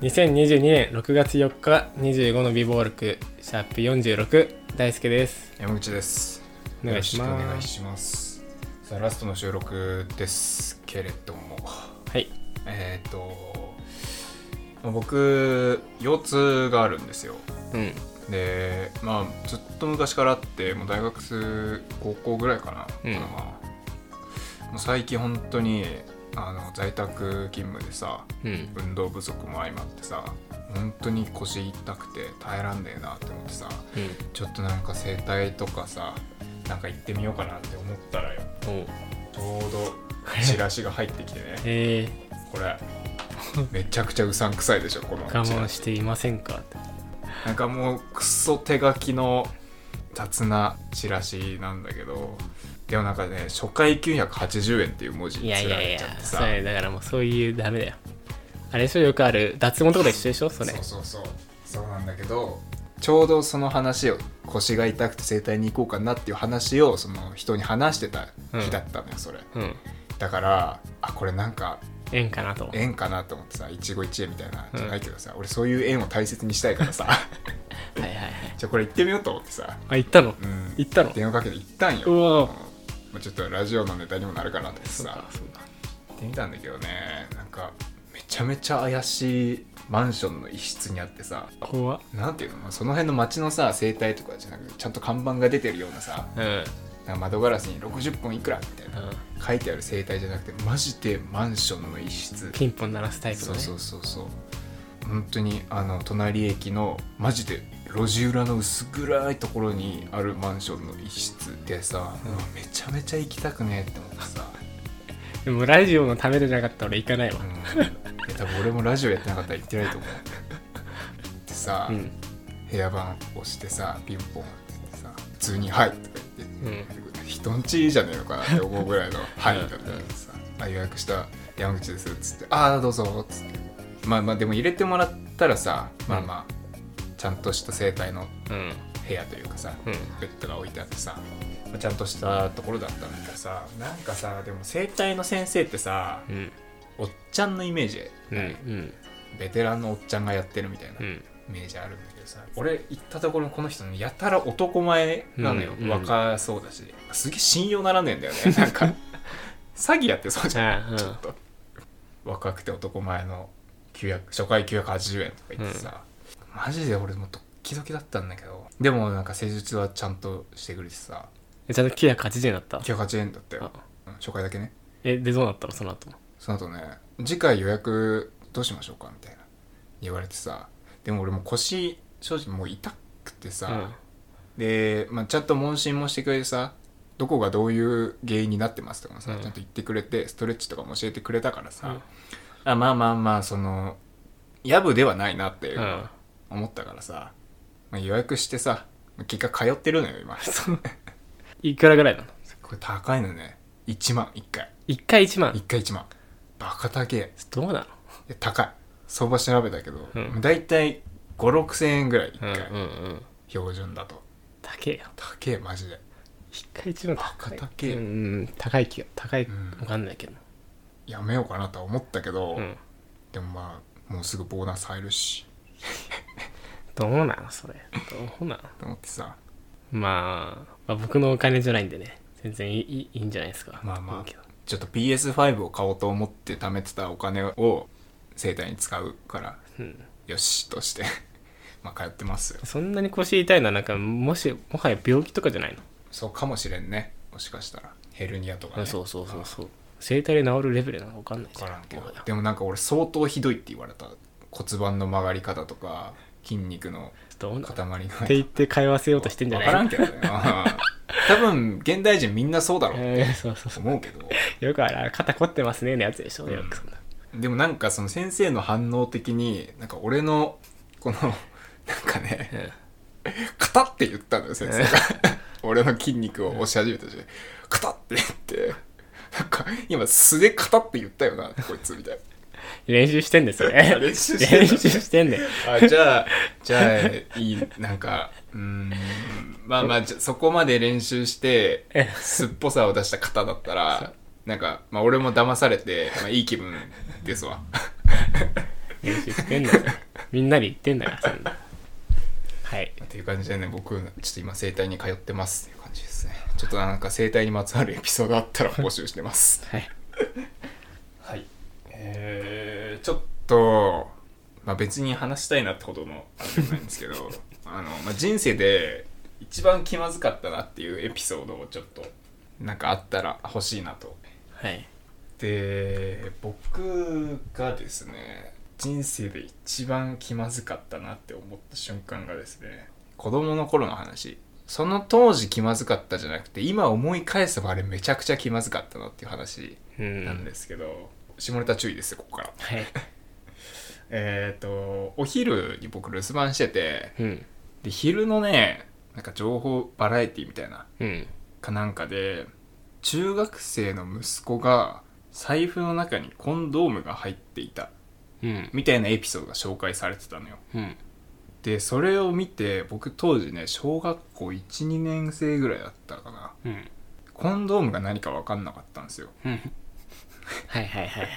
2022年6月4日25の美貌録シャープ46大輔です山口です。お願いしますよろしくお願いします。さあ、ラストの収録ですけれども、はいえっ、と、まあ僕、腰痛があるんですよ。うんで、まあ、ずっと昔からあって、もう大学生、高校ぐらいかな。うんかなもう最近、本当にあの在宅勤務でさ、うん運動不足も相まってさ、本当に腰痛くて耐えらんねえなって思ってさ。ちょっとなんか整体とかさなんか行ってみようかなって思ったらようんおうちょうど チラシが入ってきてねえー、これめちゃくちゃうさんくさいでしょこの我チ慢ラシしていませんかってなんかもうクソ手書きの雑なチラシなんだけどでもなんかね初回980円っていう文字いつらやいやいれやちゃってそされだからもうそういうダメだよあれでしょよくある脱毛とかと一緒でしょそれそうそうそうそうなんだけどちょうどその話を腰が痛くて整体に行こうかなっていう話をその人に話してた日だったのよ、それうんだからあこれなんか縁かなと縁かなと思ってさ一期一会みたいなじゃないけどさ、俺そういう縁を大切にしたいか らさはいはいはいじゃあこれ行ってみようと思ってさ、あ行ったのうん、行ったの電話かけて行ったんようわうんまあ、ちょっとラジオのネタにもなるかなと思ってそうかさそうか行ってみたんだけどねなんかめちゃめちゃ怪しいマンションの一室にあってさ怖っなんていうのまあその辺の街のさ生態とかじゃなくてちゃんと看板が出てるようなさうんうんなんか窓ガラスに60本いくらみたいな書いてある生態じゃなくてマジでマンションの一室ピンポン鳴らすタイプのそうねそうそうそう本当にあの隣駅のマジで路地裏の薄暗いところにあるマンションの一室でさ、うんうわめちゃめちゃ行きたくねえって思ってさ、でもラジオのためでなかったら俺行かないわうん、いや多分俺もラジオやってなかったら行ってないと思うでさ、うん部屋番押してさピンポンってさ普通に「はい」とか言って、人んちじゃねえのかなって思うぐらいの「はい」だったからさ「あ予約した山口です」っつって「ああどうぞ」っつってまあまあでも入れてもらったらさまあまあちゃんとした生態のうん部屋というかさうんベッドが置いてあってさまあちゃんとしたところだったんだけどさなんかさでも生態の先生ってさうんおっちゃんのイメージうんうんベテランのおっちゃんがやってるみたいなうんイメージあるんだけどさ俺行ったところこの人ねやたら男前なのよ、うんうん若そうだしすげえ信用ならねえんだよね なんか詐欺やってそうじゃんああうんちょっと若くて男前の900初回980円とか言ってさ、マジで俺もうドッキドキだったんだけどでもなんか施術はちゃんとしてくれてさえちゃんと980円だった980円だったよあうん初回だけねえでどうなったのその後その後ね次回予約どうしましょうかみたいな言われてさでも俺もう腰正直もう痛くてさ、で、まあ、ちゃんと問診もしてくれてさどこがどういう原因になってますとかもさ、うんちゃんと言ってくれてストレッチとかも教えてくれたからさ、うんあまあまあまあそのやぶではないなってうんうん思ったからさ、まあ、予約してさ結果通ってるのよ今 そういくらぐらいなのこれ高いのね1万1回1回1万1回1万バカ高えどうなのいや高い相場調べたけど、うんだいたい56000円ぐらい1うん回、うんうん標準だと高えよ高えマジで1回1万高いバカ高えうんうん高い気が高いうんわかんないけどやめようかなとは思ったけど、うんでもまあもうすぐボーナス入るしどうなのそれどうなのと思ってさまあまあ僕のお金じゃないんでね全然いいいいいいんじゃないですかまあまいいけどあちょっと PS5 を買おうと思って貯めてたお金を生態に使うからうんよしとして まあ通ってますよそんなに腰痛いのはなんかもしもはや病気とかじゃないのそうかもしれんねもしかしたらヘルニアとかあねそうそうそうそう整体で治るレベルなのか分かんない分からんけどもはやでもなんか俺相当ひどいって言われた骨盤の曲がり方とか筋肉のどうなのっ塊のて言って通わせようとしてんじゃない分からんけどね多分現代人みんなそうだろうって えーそうそうそ思うけどうよくあら肩凝ってますねのやつでしょ、うんよくそんなでもなんかその先生の反応的になんか俺のこの なんかね「カタ」って言ったのよ先生が 俺の筋肉を押し始めたし「カタ」って言ってなんか今素で「カタ」って言ったよなこいつみたい練習してんですよなね練習して練んだ習してんねんあじゃあじゃあいいなんかうーんまあまあじゃそこまで練習してえすっぽさを出した方だったらなんか、まあ、俺も騙されて、まあ、いい気分ですわ練習してんだよみんなで言ってんだからそんなはいっていう感じでね僕ちょっと今整体に通ってますっていう感じですねちょっとなんか整体にまつわるエピソードあったら募集してますはいはいえー、ちょっと、まあ、別に話したいなってほどのあれでもないんですけ どあの、まあ、人生で一番気まずかったなっていうエピソードをちょっとなんかあったら欲しいなとはいで僕がですね人生で一番気まずかったなって思った瞬間がですね子供の頃の話その当時気まずかったじゃなくて今思い返せばあれめちゃくちゃ気まずかったなっていう話うんなんですけど、下ネタ注意ですよここからはいえっ、とお昼に僕留守番しててうんで昼のねなんか情報バラエティみたいなうんかなんかで中学生の息子が財布の中にコンドームが入っていたうんみたいなエピソードが紹介されてたのようんでそれを見て僕当時ね小学校12年生ぐらいだったかなうんコンドームが何か分かんなかったんですようんはいはいはいはいはい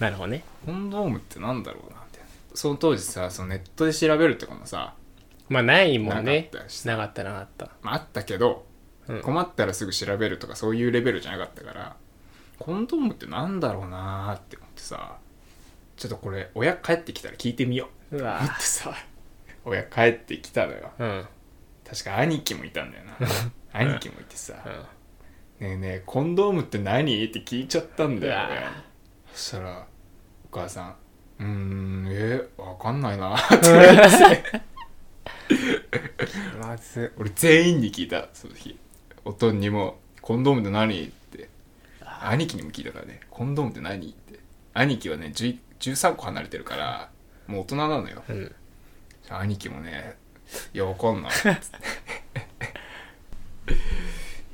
なるほどねコンドームってなんだろうなみたいなその当時さそのネットで調べるとかもさ、まあないもんねなかったしなかったなかったまあ、あったけどうん困ったらすぐ調べるとかそういうレベルじゃなかったからコンドームってなんだろうなーって思ってさちょっとこれ親帰ってきたら聞いてみよううわ思ってさ 親帰ってきたのようん確か兄貴もいたんだよ な兄貴もいてさうん「ねえねえコンドームって何?」って聞いちゃったんだようねわそしたらお母さん「うーんえー、わかんないな」って言われてまず俺全員に聞いたその日おとんにも「コンドームって何?」って兄貴にも聞いたからね「コンドームって何?」って兄貴はね10 13個離れてるからもう大人なのようん兄貴もね「いやわかんない」 つって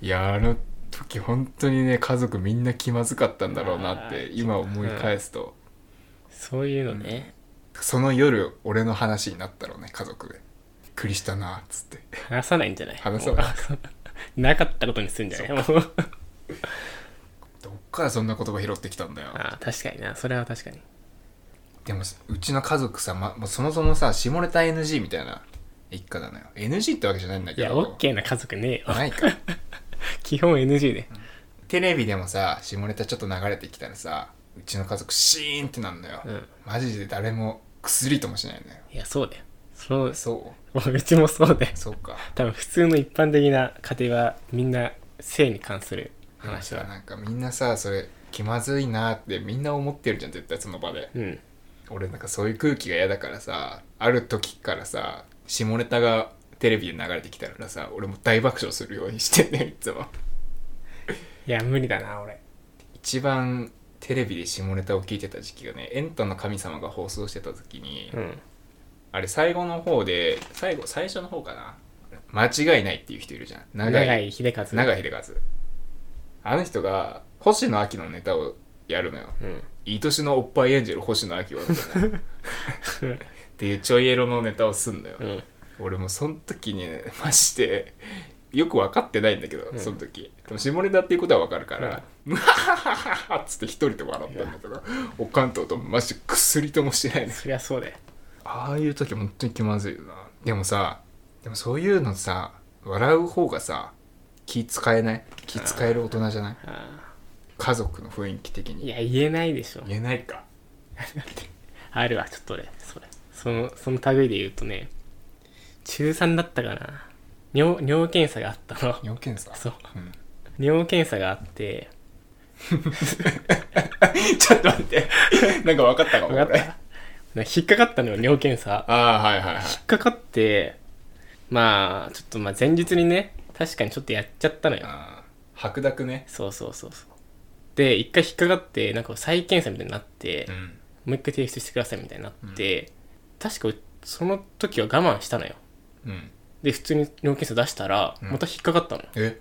いやあの時本当にね家族みんな気まずかったんだろうなっあてー今思い返すと、そういうのねその夜俺の話になったろうね家族でびっくりしたなっつって話さないんじゃない話さないい なかったことにするんじゃないもうどっからそんな言葉拾ってきたんだよああ確かになそれは確かにでもうちの家族さ、ま、もうそもそもさ下ネタ NG みたいな一家なのよ NG ってわけじゃないんだいけやど OK な家族ねえよないか基本 NG でテレビでもさ下ネタちょっと流れてきたらさうちの家族シーンってなんのよ、うんマジで誰も薬ともしないのよいやそうだよそう そうもううちもそうでそうか多分普通の一般的な家庭はみんな性に関する話話はだなんかみんなさそれ気まずいなってみんな思ってるじゃん絶対その場でうん俺なんかそういう空気が嫌だからさある時からさ下ネタがテレビで流れてきたらさ俺も大爆笑するようにしてんねいつもいや無理だな俺一番テレビで下ネタを聞いてた時期がね「エンタの神様」が放送してた時に、うんあれ最後の方で最後最初の方かな間違いないっていう人いるじゃん長長い井秀和長い秀和あの人が星野亜紀のネタをやるのようんいい年のおっぱいエンジェル星野亜紀はみた いなっていうちょいエロのネタをすんのよ、うん俺もその時にねましてよく分かってないんだけど、んその時でも下ネタっていうことは分かるから「 ムハハハハハ」っつって一人で笑ったんだけどおかんとおとんマジで薬ともしてないねそりゃそうだよああいう時本当に気まずいよなでもさでもそういうのさ笑う方がさ気使えない気使える大人じゃないあ家族の雰囲気的ーにいや言えないでしょ言えないかあるわちょっと俺それそのその類で言うとね中3だったかな尿尿検査があった の要件さそううん、尿検査があってちょっと待ってなんか分かったかも分かっ俺たなんか引っかかったのよ尿検査ああはいはいはい引っかかってまあちょっとまあ前日にね確かにちょっとやっちゃったのよあー白濁ねそうそうそうそうで一回引っかかってなんか再検査みたいになって、んもう一回提出してくださいみたいになって、確かその時は我慢したのようんで普通に尿検査出したらうんまた引っかかったのよ、え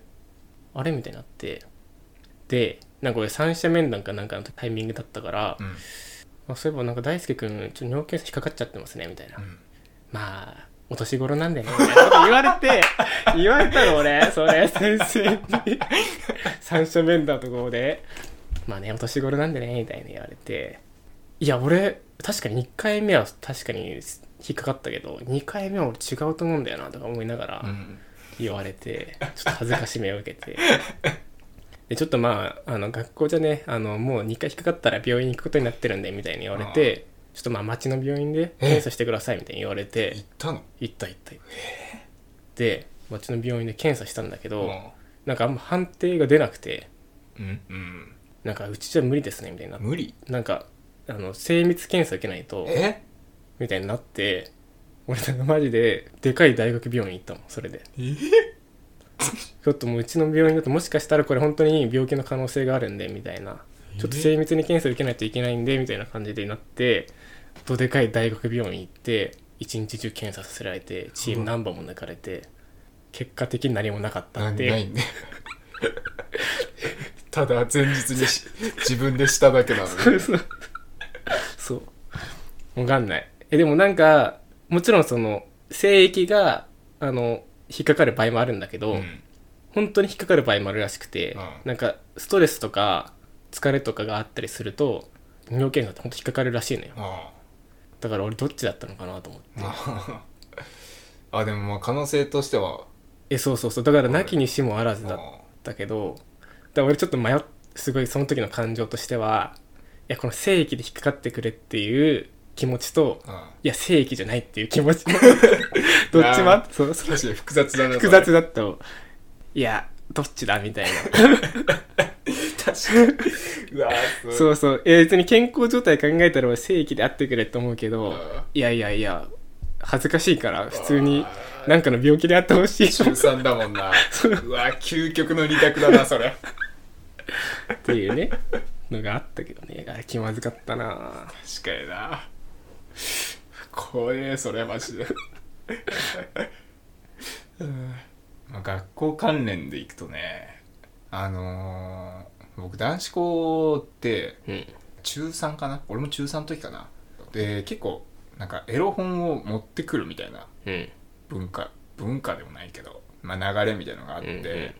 あれみたいになってでなんか俺三者面談かなんかのタイミングだったから、うんあそういえばなんか大輔君ちょっと尿検査引っかかっちゃってますねみたいな、んまあお年頃なんでねみたいなこと言われて 言われたの俺それ先生 に三者面談のところでまあねお年頃なんでねみたいに言われていや俺確かに1回目は確かに引っかかったけど2回目は俺違うと思うんだよなとか思いながらうん言われて、ちょっと恥ずかしめを受けてでちょっとまああの学校じゃねあのもう2回引っかかったら病院行くことになってるんでみたいに言われてちょっとまあ町の病院で検査してくださいみたいに言われて行ったの行った行った行ったで町の病院で検査したんだけど、なんかあんま判定が出なくてうんうんなんかうちじゃ無理ですねみたいになって無理なんかあの精密検査受けないとえみたいになって俺なんかマジででかい大学病院行ったもんそれでえちょっともううちの病院だともしかしたらこれ本当に病気の可能性があるんでみたいなちょっと精密に検査受けないといけないんでみたいな感じでなってどでかい大学病院行って一日中検査させられてチーム何本も抜かれて結果的に何もなかったなっないてんで ただ前日にし自分でしただけなのにそうそう そうわかんないえでもなんかもちろんその精液があの引っかかる場合もあるんだけど、うん本当に引っかかる場合もあるらしくて、うんなんかストレスとか疲れとかがあったりすると尿検査って本当引っかかるらしいのよあだから俺どっちだったのかなと思ってあまあ あでもまあ可能性としてはえそうそうそうだからなきにしもあらずだっあたけどだから俺ちょっと迷っすごいその時の感情としてはいやこの正義で引っかかってくれっていう気持ちとあいや正義じゃないっていう気持 ちどっちもあってそうそう確かに複雑だな複雑だったもんいやどっちだみたいなそれ確かにうわーうそうそう。いや別に健康状態考えたら俺正規であってくれって思うけどん、いやいやいや、恥ずかしいから、普通に、なんかの病気であってほしい中3だもんなうわ究極の二択だなそれっていうね、 のがあったけどね。あれ気まずかったな確かにな怖えそれマジで うんまあ学校関連でいくとねあのー僕男子校ってうん。中3かな俺も中3の時かなで結構なんかエロ本を持ってくるみたいなうん。文化文化でもないけど、まあ、流れみたいのがあって、うんうん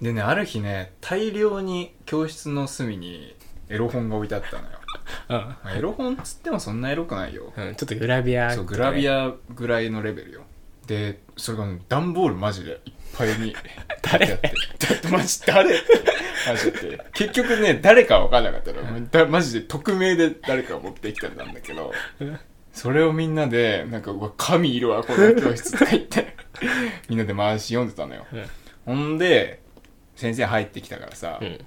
でねある日ね大量に教室の隅にエロ本が置いてあったのよあまあエロ本っつってもそんなエロくないよ、うん、ちょっとグラビア、そうグラビア。アぐらいのレベルよでそれがね段ボールマジでいっぱいにやっ 誰てだってマジ誰マジで結局ね誰かは分かんなかったのだマジで匿名で誰かが持ってきたんだんだけどうんそれをみんなでなんかうわ神いるわこの教室とか言って みんなで回し読んでたのようん。ほんで先生入ってきたからさ、うん。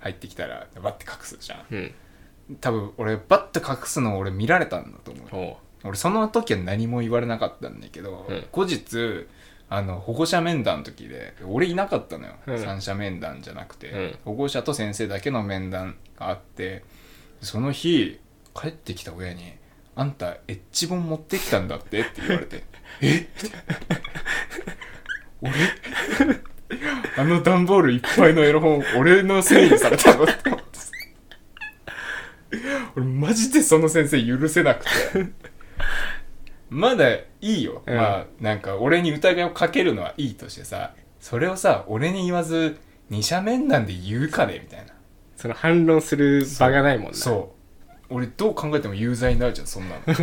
入ってきたらバッて隠すじゃんうん。多分俺バッて隠すのを俺見られたんだと思うおう。俺その時は何も言われなかったんだけど、うん後日あの保護者面談の時で俺いなかったのよ、うん三者面談じゃなくて、うん保護者と先生だけの面談があってその日帰ってきた親に「あんたエッジ本持ってきたんだって」って言われて「え俺あの段ボールいっぱいのエロ本俺のせいにされたの?」って思ってさ俺マジでその先生許せなくてまだいいよ、うんまあなんか俺に疑いをかけるのはいいとしてさそれをさ俺に言わず二者面談で言うかねみたいなその反論する場がないもんな。そう俺どう考えても有罪になるじゃんそ んなの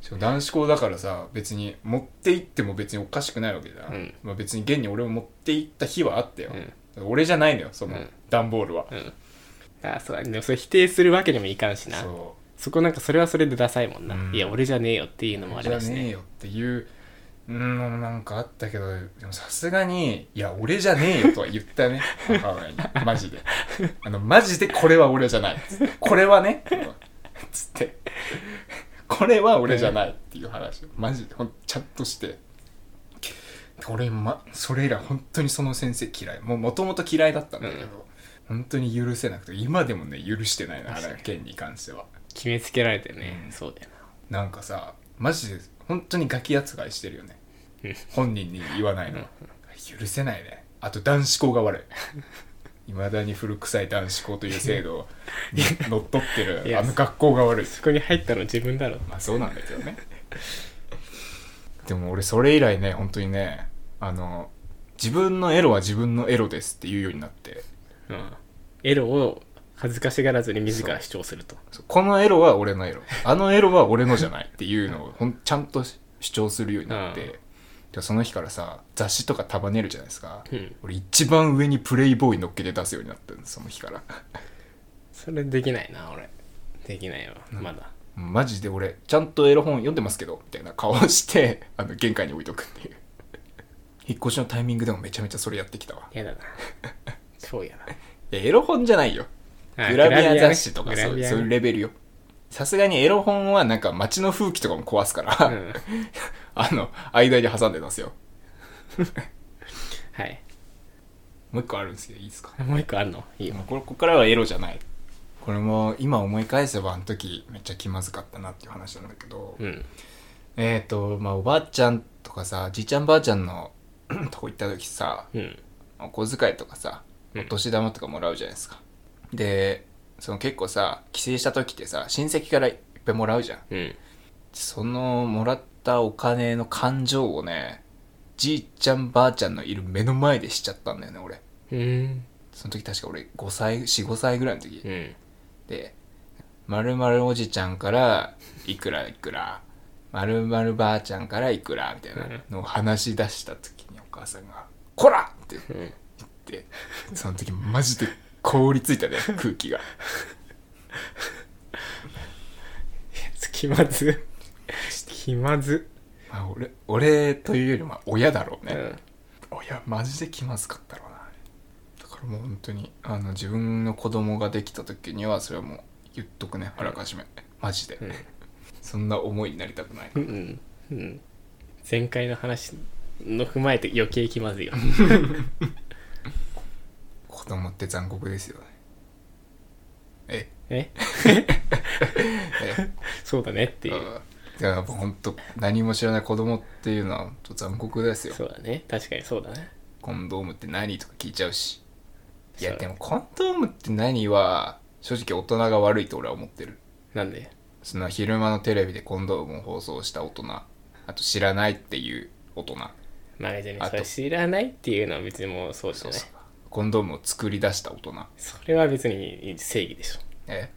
しかも男子校だからさ別に持って行っても別におかしくないわけじゃん、うんまあ、別に現に俺も持って行った日はあったよ、うん俺じゃないのよそのうん段ボールは、うん。あそうだねでもそれ否定するわけにもいかんしな。そうそこなんかそれはそれでダサいもんな。うんいや、俺じゃねえよっていうのもありじゃますね。ねえよっていうのもなんかあったけどでもさすがに「いや俺じゃねえよ」とは言っ たね母親にマジであのマジでこれは俺じゃないこれはねつってこれは俺じゃないっていう話をマジでほんちゃんとして俺、ま、それ以来本当にその先生嫌いもうもともと嫌いだったんだけど、うん本当に許せなくて今でもね許してないなあの件に関しては決めつけられてね、うんそうだよななんかさマジで本当にガキ扱いしてるよねうん本人に言わないのは許せないねあと男子校が悪いいまだに古臭い男子校という制度を乗っ取っているやあの学校が悪いそこに入ったの自分だろまあそうなんだけどねでも俺それ以来ね本当にねあの自分のエロは自分のエロですって言うようになってうんエロを恥ずかしがらずに自ら主張するとそうこのエロは俺のエロあのエロは俺のじゃないっていうのをほんちゃんと主張するようになって、うんじゃあその日からさ雑誌とか束ねるじゃないですか、うん俺一番上にプレイボーイ乗っけて出すようになったんですその日からそれできないな俺できないわまだマジで俺ちゃんとエロ本読んでますけどみたいな顔してあの玄関に置いとくっていう引っ越しのタイミングでもめちゃめちゃそれやってきたわ 嫌だな超嫌だいやエロ本じゃないよあグラビア雑誌とかグそラう,、ビアねそういうレベルよさすがにエロ本はなんか街の風紀とかも壊すから、うんあの間に挟んでますよはいもう一個あるんですけどいいですかもう一個あるのいいよもうこれここからはエロじゃないこれも今思い返せばあの時めっちゃ気まずかったなっていう話なんだけど、うんえっ、とまあおばあちゃんとかさじいちゃんばあちゃんの とこ行った時さうんお小遣いとかさうんお年玉とかもらうじゃないですか、でその結構さ帰省した時ってさ親戚からいっぱいもらうじゃんうんそのもらったお金の感情をねじいちゃんばあちゃんのいる目の前でしちゃったんだよね俺うんその時確か俺5歳45歳ぐらいの時 うんで「まるおじちゃんからいくらいくら」「まるばあちゃんからいくら」みたいなのを話し出した時にお母さんが「こら!」ってうん言ってその時マジで凍りついたね空 気が気まず気まずまあ俺俺というよりまあ親だろうね、うんいやマジで気まずかったろうなだからもう本当にあの自分の子供ができた時にはそれはもう言っとくねあらかじめ、マジで、ん そんな思いになりたくないうんうん前回の話の踏まえて余計気まずいよ子供って残酷ですよねえ ええそうだねっていうあーいやもう本当何も知らない子供っていうのは本当残酷ですよそうだね確かにそうだねコンドームって何とか聞いちゃうしいそやうでもコンドームって何は正直大人が悪いと俺は思ってるなんでその昼間のテレビでコンドームを放送した大人あと知らないっていう大人まあ別にあそとれ知らないっていうのは別にもうそうじゃそうないそうコンドームを作り出した大人それは別に正義でしょえ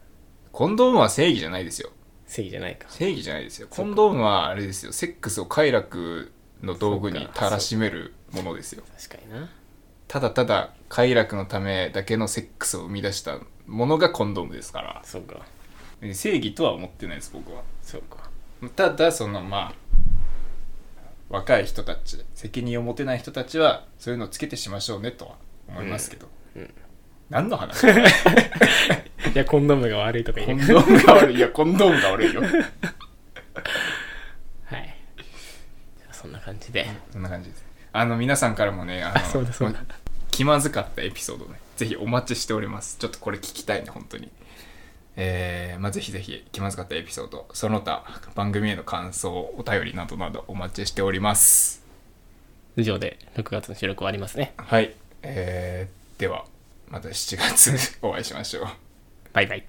コンドームは正義じゃないですよ正義じゃないか正義じゃないですよコンドームはあれですよセックスを快楽の道具そにうかたらしめるものですよ確かになただただ快楽のためだけのセックスを生み出したものがコンドームですからそうか正義とは思ってないです僕はそうかただそのまあ若い人たち責任を持てない人たちはそういうのをつけてしましょうねとは思いますけど、うんうん何の話コいやコンドームが悪いとか言ンうドームが悪いいやコンドームが悪いよはいじゃあそんな感じでそんな感じですあの皆さんからもねあのあそうだそうだ気まずかったエピソードねぜひお待ちしておりますちょっとこれ聞きたいね本当にえー、まあぜひぜひ気まずかったエピソードその他番組への感想お便りなどなどお待ちしております以上で6月の収録終わりますねはい。えー、では、また7月 お会いしましょう。バイバイ